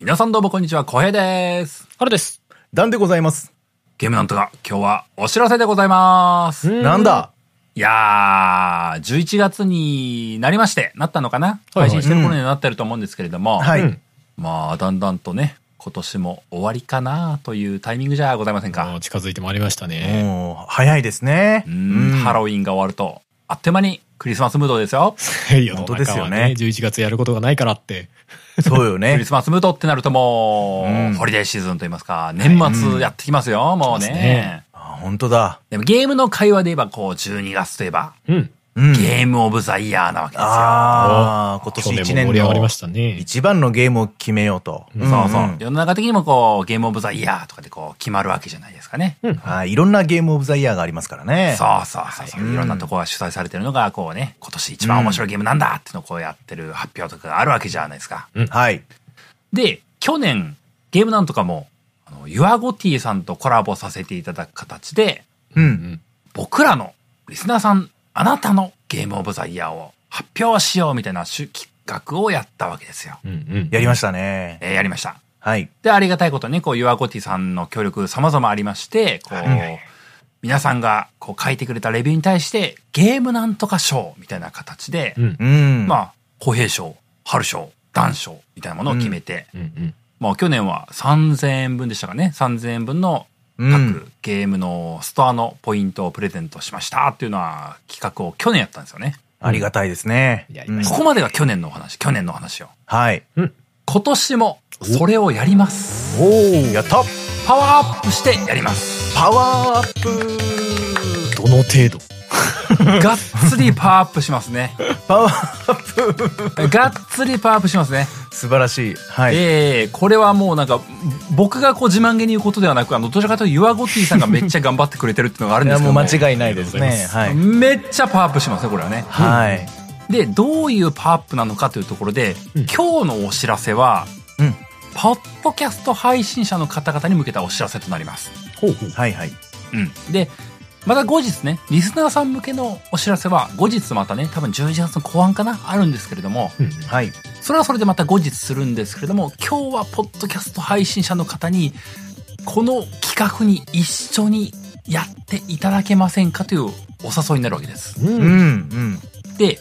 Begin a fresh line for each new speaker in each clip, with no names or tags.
皆さんどうもこんにちは、こへです。
春です。
ダンでございます。
ゲームなんとか、今日はお知らせでございます。い
なんだ
やー、11月になりまして、なったのかな、
はいはい
配信してる頃にはなってると思うんですけれども、
はい、
うん
まあ、だんだんとね、今年も終わりかなというタイミングじゃございません
あ
か
ー。近づいてまいりましたね。
もう、早いですね。
うーん、ハロウィンが終わると、あっという間にクリスマスムードですよ。
世の中
本当
は
ですよね
11月やることがないからって。
そうよ
ク
ね
リ。スマスムードってなるともう、
うん
ホリデーシーズンと言いますか、年末やってきますよ、もう
そうです
ね
ね
あ、本当だ。
でもゲームの会話で言えば、こう、12月といえば、
うん。
うん。
ゲームオブザイヤーなわけですよ。
ああ、今
去年も
年
盛
一年
り上がりま
の
したね。
一番のゲームを決めようと。
そうそう。
ん
世の中的にもこう、ゲームオブザイヤーとかでこう、決まるわけじゃないですかね。
うん
あーいろんなゲームオブザイヤーがありますからね。
そうそうそうそう、い。ろんなとこが主催されてるのが、こうね、今年一番面白いゲームなんだっていうのをこうやってる発表とかがあるわけじゃないですか。
はい。
で、去年、ゲームなんとかも、あの、ユアゴティさんとコラボさせていただく形で、
う。
うんん。
僕らの、リスナーさん、あなたのゲームオブザイヤーを発表しようみたいな主企画をやったわけですよ。
うん。うん。
やりましたね。
えーやりました。
はい。
で、ありがたいことにね、こう、ユアゴティさんの協力様々ありまして、こう、皆さんがこう書いてくれたレビューに対して、ゲームなんとか賞みたいな形で、
うん。
うん。
まあ、公平賞、春賞、男賞みたいなものを決めて、
うん。うん。
まあ、去年は3000円分でしたかね、3000円分の
う
各
ん。
ゲームのストアのポイントをプレゼントしましたっていうのは企画を去年やったんですよね。
ありがたいですね。
やりまし
ここまでが去年のお話、去年のお話を。
うんはい。
今年もそれをやります。
おー、やった
パワーアップしてやります。
パワーアップ
どの程度
がっつりパワーアップしますね。
パワーアップ
がっつりパワーアップしますね。
素晴らしい。はい。
ええこれはもうなんか、僕がこう自慢げに言うことではなく、あの、どちらかというとユアゴティさんがめっちゃ頑張ってくれてるっていうのがあるん
い
で
や、
すけ
も
ど
う
も。
間違いないです
あり
ね。
がと
はい。
めっちゃパワーアップしますね、これはね。
はい。
で、どういうパワーアップなのかというところで、
うん
今日のお知らせは、
うん
ポッドキャスト配信者の方々に向けたお知らせとなります。
ほうほう。
はいはい。
うん。で、また後日ね、リスナーさん向けのお知らせは、後日またね、多分11月の後半かなあるんですけれども、
うん。
はい。
それはそれでまた後日するんですけれども、今日はポッドキャスト配信者の方に、この企画に一緒にやっていただけませんかというお誘いになるわけです。
う。
うんん、
で、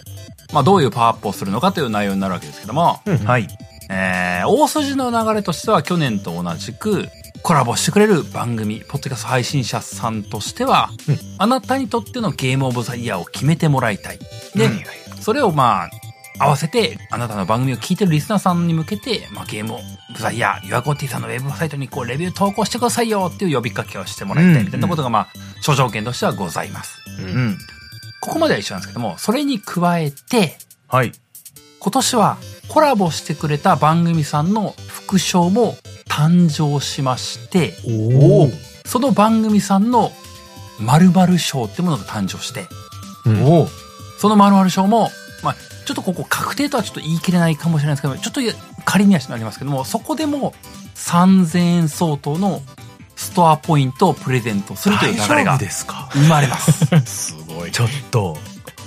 まあどういうパワーアップをするのかという内容になるわけですけども、
う。
うんん。
はい。
はい。
えー、大筋の流れとしては去年と同じく、コラボしてくれる番組、ポッドキャスト配信者さんとしては、
うん
あなたにとってのゲームオブザイヤーを決めてもらいたい。で、
うん
それをまあ、合わせて、あなたの番組を聞いてるリスナーさんに向けて、まあ、ゲームを、ブザイヤー、ユアゴティさんのウェブサイトにこう、レビュー投稿してくださいよっていう呼びかけをしてもらいたいみたいなことが、まあ、諸条件としてはございます。
うん。
ここまでは一緒なんですけども、それに加えて、
はい。
今年はコラボしてくれた番組さんの副賞も誕生しまして、
おお。
その番組さんの〇〇賞ってものが誕生して、
うん。
おお。
その〇〇賞も、まあ、ちょっとここ確定とはちょっと言い切れないかもしれないですけど、ちょっといや仮にはなりますけども、そこでも3000円相当のストアポイントをプレゼントするという流れ
大丈
が
夫ですか
生まれます。
すごい。
ちょっと。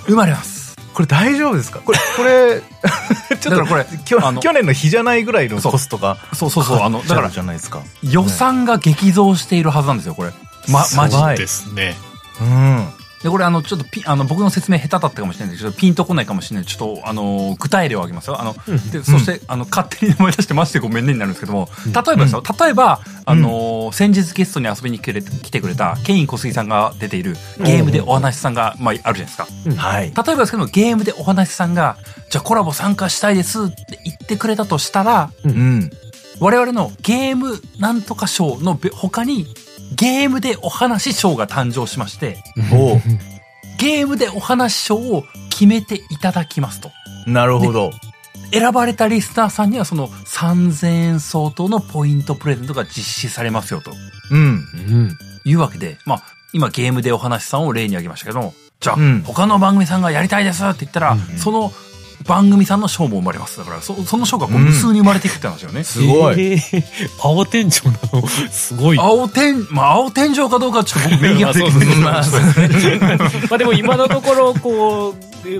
生まれます。
これ大丈夫ですかこれ、これ、 ちょっ
だ
と
からこれ
きょ
あの
去年の日じゃないぐらいのコストが。
そうそうそう、あの、 だから
じゃないですか。
予算が激増しているはずなんですよ、これ。ま、マジで
やばい
ですね。
うん。
で、これあの、ちょっとピン、あの、僕の説明下手だったかもしれないんですけど、ピンとこないかもしれない。ちょっと、あの、具体例を挙げますよ。あの、で、そして、あの、勝手に思い出してましてごめんねになるんですけども、例えばですよ、例えば、あの、先日ゲストに遊びに来てくれ来てくれた、ケイン小杉さんが出ているゲームでお話しさんが、まあ、あるじゃないですか。
はい。
例えばですけども、ゲームでお話しさんが、じゃあコラボ参加したいですって言ってくれたとしたら、
うん。
我々のゲームなんとか賞のべ他に、ゲームでお話し賞が誕生しまして、
おう
ゲームでお話賞を決めていただきますと。
なるほど。
選ばれたリスナーさんにはその3000円相当のポイントプレゼントが実施されますよと
うん。
うん。
いうわけで、まあ、今ゲームでお話さんを例に挙げましたけども、じゃあ、
うん
他の番組さんがやりたいですって言ったら、
うん
その番組さんの賞も生まれます。だから、そその賞がこう無数に生まれていくって話よね。
すごい。
えー。青天井なの。すごい。
青天、まあ、青天井かどうかはちょっと僕明言はできないですけど
まあそう まあでも今のところ、 こう、え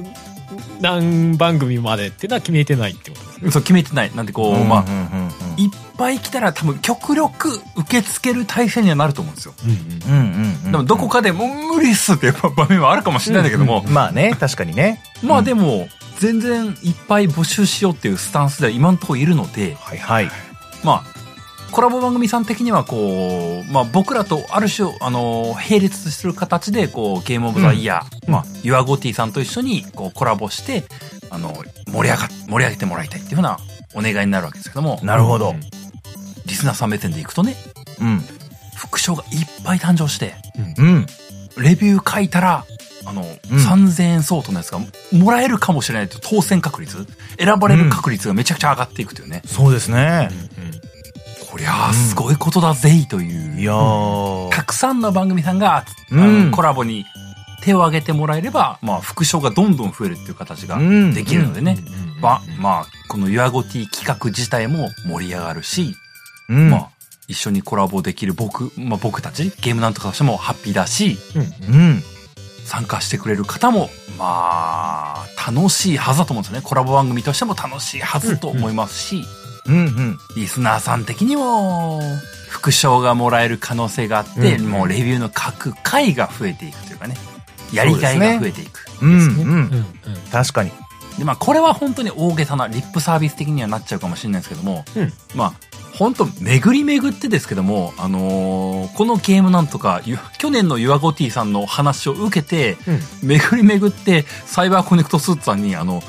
何番組までってのは決めてないってことですね。
そう、決めてない。なんでこう、まあ、
うんうんうんうん
いっぱい来たら多分極力受け付ける体制にはなると思うんですよ。
うん
うんうんうん
でもどこかでもう無理っすっていう場面はあるかもしれないんだけども、
まあね確かにね
まあでも全然いっぱい募集しようっていうスタンスでは今のところいるので、
はいはい
まあコラボ番組さん的にはこう、まあ僕らとある種、あの、並列する形で、こう、ゲームオブザイヤー、まあ、ユアゴティさんと一緒に、こう、コラボして、あの、盛り上が、盛り上げてもらいたいっていうふうなお願いになるわけですけども、
なるほど
リスナーさん目線でいくとね、
うん
副賞がいっぱい誕生して、
うん
レビュー書いたら、あの、
うん
3000円相当のやつがもらえるかもしれないという当選確率、選ばれる確率がめちゃくちゃ上がっていくというね、
そうですね
こりゃあすごいことだぜいという、
いやー
たくさんの番組さんが、あの
うん
コラボに手を挙げてもらえれば、まあ、副賞がどんどん増えるっていう形が
うん
できるのでね、
うん
まあ、まあ、このユアゴティ企画自体も盛り上がるし、
うん
まあ、一緒にコラボできる僕、まあ僕たち、ゲームなんとかとしてもハッピーだし、
うん
参加してくれる方も、まあ、楽しいはずだと思うんですよね。コラボ番組としても楽しいはずと思いますし、
うんうん
リスナーさん的にも、副賞がもらえる可能性があって、
うん
もうレビューの各回が増えていくというかね、やりがいが増えていく。で
うんう
うんん
確かに
まあ、これは本当に大げさな、リップサービス的にはなっちゃうかもしれないですけども、
うん
まあ、本当巡り巡ってですけども、あのーこのゲームなんとか、ゆ去年のユアゴティさんの話を受けて、
うん
巡り巡って、サイバーコネクトスーツさんに、あの、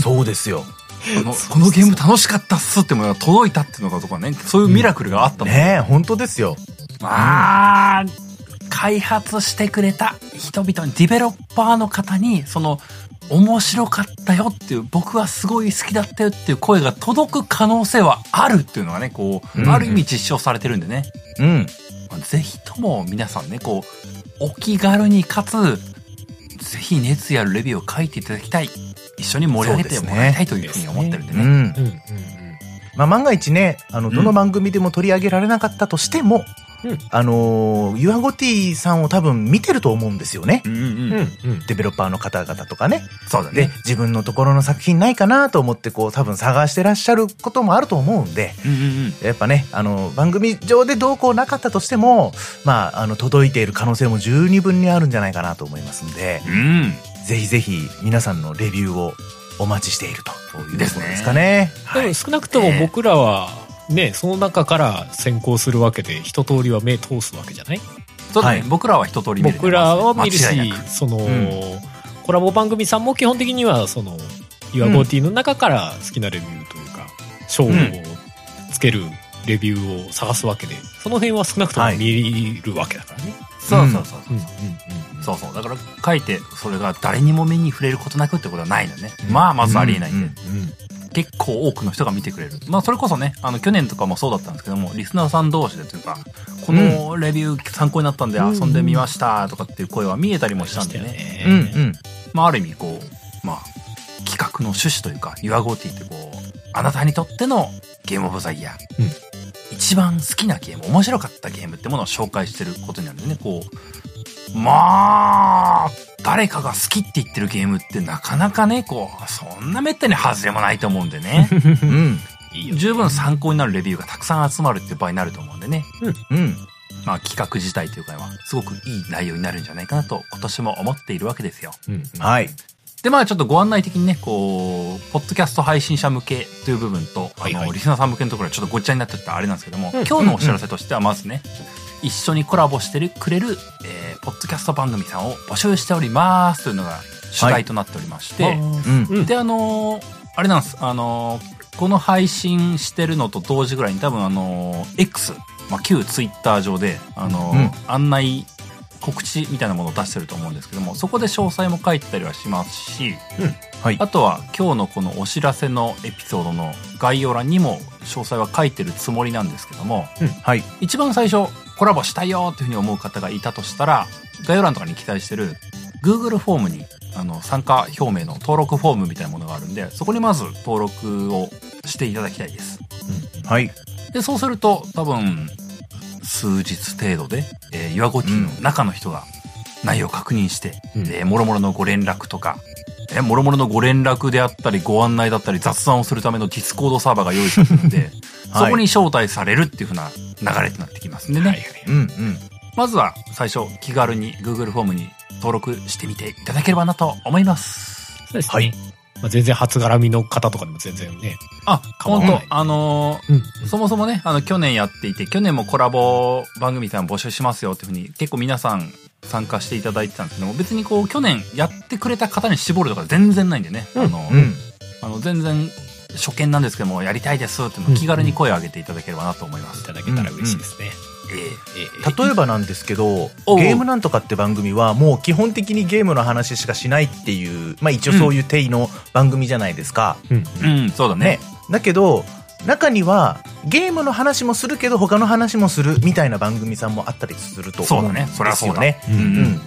そうですよ
あのこのゲーム楽しかったっすってものが届いたっていうのがとかね、そういうミラクルがあったので
ねえ本当ですよ
まあ、開発してくれた人々に、ディベロッパーの方に、その、面白かったよっていう、僕はすごい好きだったよっていう声が届く可能性はあるっていうのがね、こう、
うん
ある意味実証されてるんでね。
うん
まあぜひとも皆さんね、こう、お気軽にかつ、ぜひ熱やるレビューを書いていただきたい。一緒に盛り上げてもらいたいというふうに思ってるんで
う
ね。
ん
うんうん
まあ、万が一ね、あの、
ん
どの番組でも取り上げられなかったとしても、
うん
あのー、ユアゴティさんを多分見てると思うんですよね。
うんうん
うん
うん。
うん
デベロッパーの方々とかね。
そうだ
で
ね。、
自分のところの作品ないかなと思って、こう、多分探してらっしゃることもあると思うんで、
うんうんうん。
やっぱね、あの、番組上でどうこうなかったとしても、まあ、あの、届いている可能性も十二分にあるんじゃないかなと思いますんで、
うん。
ぜひぜひ皆さんのレビューをお待ちしているという
です
こ
ね
とですかね。
でも少なくとも僕らはねその中から先行するわけで一通りは目通すわけじゃない
そうだね。
はい
僕らは一通り見るね
僕らは見る
間違い
し
なく
その、
ん
コラボ番組さんも基本的にはそのいわゴーティの中から好きなレビューというか賞をつけるレビューを探すわけでその辺は少なくとも見るわけだからね、
そうそうそうそう。
うん
そうそう。だから書いて、それが誰にも目に触れることなくってことはないのね。まあ、まずありえないんで。結構多くの人が見てくれる。まあ、それこそね、あの、去年とかもそうだったんですけども、リスナーさん同士でというか、このレビュー参考になったんで
うん
遊んでみましたとかっていう声は見えたりもしたんでね。
ね
うん、うん。
まあ、ある意味こう、まあ、企画の趣旨というか、ユアゴーティってこう、あなたにとってのゲームオブザイヤー。
うん
一番好きなゲーム、面白かったゲームってものを紹介してることになるんでね、こう、まあ、誰かが好きって言ってるゲームってなかなかね、こう、そんなめったに外れもないと思うんで ね。
うん。
いいよね
十分参考になるレビューがたくさん集まるっていう場合になると思うんでね。
うん。
まあ企画自体というかは、すごくいい内容になるんじゃないかなと今年も思っているわけですよ。
うんうん
はい。
で、まあちょっとご案内的にね、こう、ポッドキャスト配信者向けという部分と、
はいはい
あの、リスナーさん向けのところはちょっとごっちゃになっちゃったあれなんですけども、
うん
今日のお知らせとしてはまずね、一緒にコラボしてるくれる、えー、ポッドキャスト番組さんを募集しておりますというのが主題となっておりまして、
うん。
うん
であのーあれなんですあのーこの配信してるのと同時ぐらいに多分あのー X、まあ、旧 Twitter 上であのー案内告知みたいなものを出してると思うんですけどもそこで詳細も書いてたりはしますし、
はい
あとは今日のこのお知らせのエピソードの概要欄にも詳細は書いてるつもりなんですけども
はい。
一番最初コラボしたいよというふうに思う方がいたとしたら概要欄とかに記載してる Google フォームにあの参加表明の登録フォームみたいなものがあるんでそこにまず登録をしていただきたいです
はい。
でそうすると多分数日程度で、えー、ユアゴティの中の人が内容を確認して、
うん
でもろもろのご連絡とか、えね、諸々のご連絡であったり、ご案内だったり、雑談をするためのディスコードサーバーが用意されてるんで、
はい
そこに招待されるっていう風な流れになってきますんでね。
はいはい
うんうん。
まずは最初、気軽に Google フォームに登録してみていただければなと思います。
そうですね。
はい
まあ、全然初絡みの方とかでも全然ね。
あ、
構わ
本
ない
当あのー
うん。
そもそもね、あの、去年やっていて、去年もコラボ番組さん募集しますよっていうふうに、結構皆さん参加していただいてたんですけども、別にこう、去年やってくれた方に絞るとか全然ないんでね、あの、
うん。
あの全然初見なんですけども、やりたいですっていうのを気軽に声を上げていただければなと思いま
い
す。
ただけたら嬉しいですね。
ええ
ええ
例えばなんですけど
おうおう、
ゲームなんとかって番組はもう基本的にゲームの話しかしないっていう、まあ一応そういう定位の番組じゃないですか。
うん。
うん、そうだね
ね。。だけど、中にはゲームの話もするけど他の話もするみたいな番組さんもあったりすると
そう
思
だ
うんで
ね。それは
す
そう
よ
だ。
ね。
うん
う。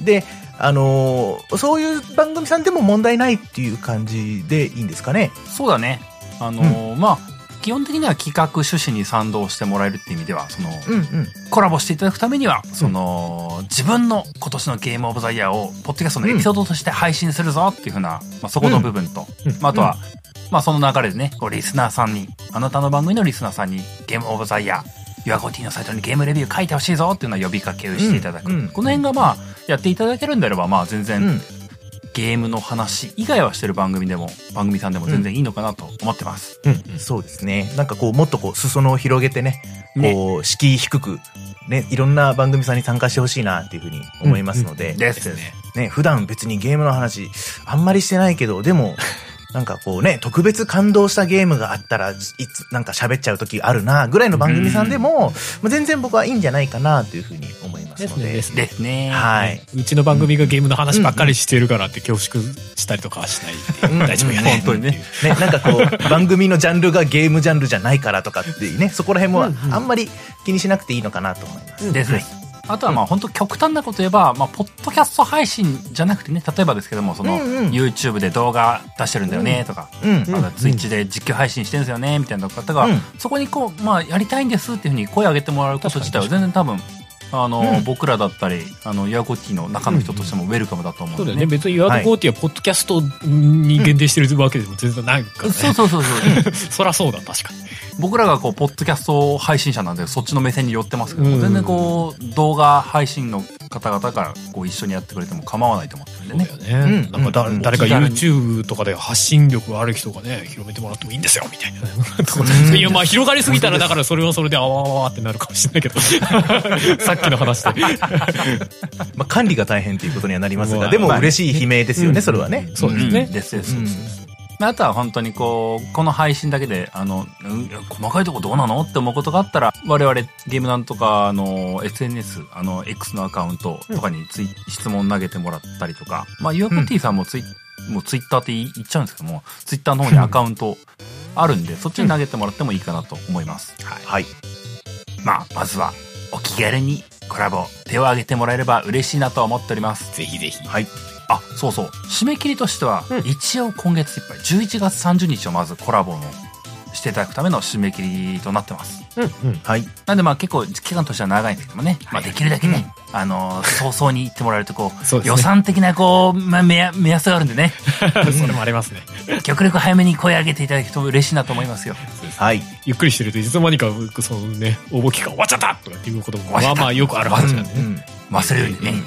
ん、で、あのーそういう番組さんでも問題ないっていう感じでいいんですかね。
そうだね。あのーまあ、基本的には企画趣旨に賛同してもらえるっていう意味では、その、
うんうん。
コラボしていただくためには、その、自分の今年のゲームオブザイヤーを、ポッドキャストのエピソードとして配信するぞっていうふうな、まあ、そこの部分と、
うん
まあ、あとは、まあ、その流れでね、こう、リスナーさんに、あなたの番組のリスナーさんに、ゲームオブザイヤー、ユアゴティのサイトにゲームレビュー書いてほしいぞっていうのは呼びかけをしていただく。
うんうん
この辺が、まあ、やっていただけるんであれば、まあ、全然、
うん
ゲームの話以外はしてる番組でも、番組さんでも全然いいのかなと思ってます。
そうですね。なんかこう、もっとこう、裾野を広げてね、
ね
こう、敷居低く、ね、いろんな番組さんに参加してほしいなっていうふうに思いますので、
です
ですね。
ね、普段別にゲームの話、あんまりしてないけど、でも、なんかこうね、特別感動したゲームがあったら、いつ、なんか喋っちゃう時あるな、ぐらいの番組さんでも、まあ全然僕はいいんじゃないかな、というふうに思います
で
の
すね。
で。
ですね。
ですね。
はい。
うちの番組がゲームの話ばっかりしてるからって恐縮したりとかはしないっていう
うん
大丈夫やね。
本当にね
っていう。
ね、なんかこ う、番組のジャンルがゲームジャンルじゃないからとかっていうね、そこら辺もあんまり気にしなくていいのかなと思います。
です、
はい
あとはまあ本当極端なこと言えば、まあ、ポッドキャスト配信じゃなくてね例えばですけどもその、
うんうん
YouTube で動画出してるんだよねとか、
うん。
まだ Twitch で実況配信してるんですよねみたいな方が、
うん
そこにこう、まあ、やりたいんですっていうふうに声を上げてもらうこと自体は全然多分あの、
うん
僕らだったりあのヤコッティの中の人としてもウェルカムだと思う
そ
ん
うだ
で
よね。
ね。
別にユアドコーティはポッドキャストに限定してるわけでも全然ないからね。
そうそうそう そう。
そらそうだ、確かに。
僕らがこう、ポッドキャスト配信者なんで、そっちの目線に寄ってますけど、
うん
全然こう、動画配信の方々からこう、一緒にやってくれても構わないと思ってるんでね。
そうだよね。
うん
なんかだ、
うん
誰か
お気軽に
YouTube とかで発信力ある人がね、広めてもらってもいいんですよ、みたいなね。
ん
いや、まあ広がりすぎたら、だからそれはそれで、あわわわわってなるかもしれないけど。さっきの話で。
まあ、管理が大変ということにはなります
ま
が、
あ
でも
まあ
嬉しい悲鳴ですよね、それはね。
そうです
うん
ね。
ですです
うん
まああとは本当にこう、この配信だけで、あの、うん細かいとこどうなのって思うことがあったら、我々ゲームなんとか、あの、SNS、あの、X のアカウントとかについ、質問投げてもらったりとか、まあ、ユアコティさんもツイ、もうツイッターって言っちゃうんですけども、ツイッターの方にアカウントあるんで、そっちに投げてもらってもいいかなと思います。はい。
はい。
まあ、まずは、お気軽にコラボ、手を挙げてもらえれば嬉しいなと思っております。
ぜひぜひ。
はい。
あ、そうそう。締め切りとしては、
うん
一応今月いっぱい、11月30日をまずコラボのしていただくための締め切りとなってます。
うんうん。
はい。
なんでまあ結構期間としては長いんですけどもね、まあできるだけね、あのー早々に行ってもらえるとこう
そうですね
予算的なこう、まあ、目や目安があるんでね、
それもありますね。
極力早めに声上げていただくと嬉しいなと思いますよ。
はい。
ゆっくりしてるといつの間にか、そのね、応募期間終わっちゃったとかっていうことも、
終わっち
ま
ゃ
あ
った
まあよくある話なんで
う
ね。
ん。
忘れるんでね。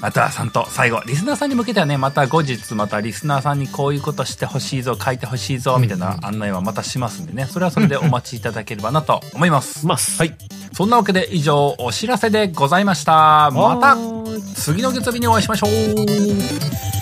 またはさんと最後、リスナーさんに向けてはね、また後日、またリスナーさんにこういうことしてほしいぞ、書いてほしいぞ、みたいな案内はまたしますんでね、それはそれでお待ちいただければなと思います。
ます。
はい。
そんなわけで以上、お知らせでございました。また、次の月曜日にお会いしましょう。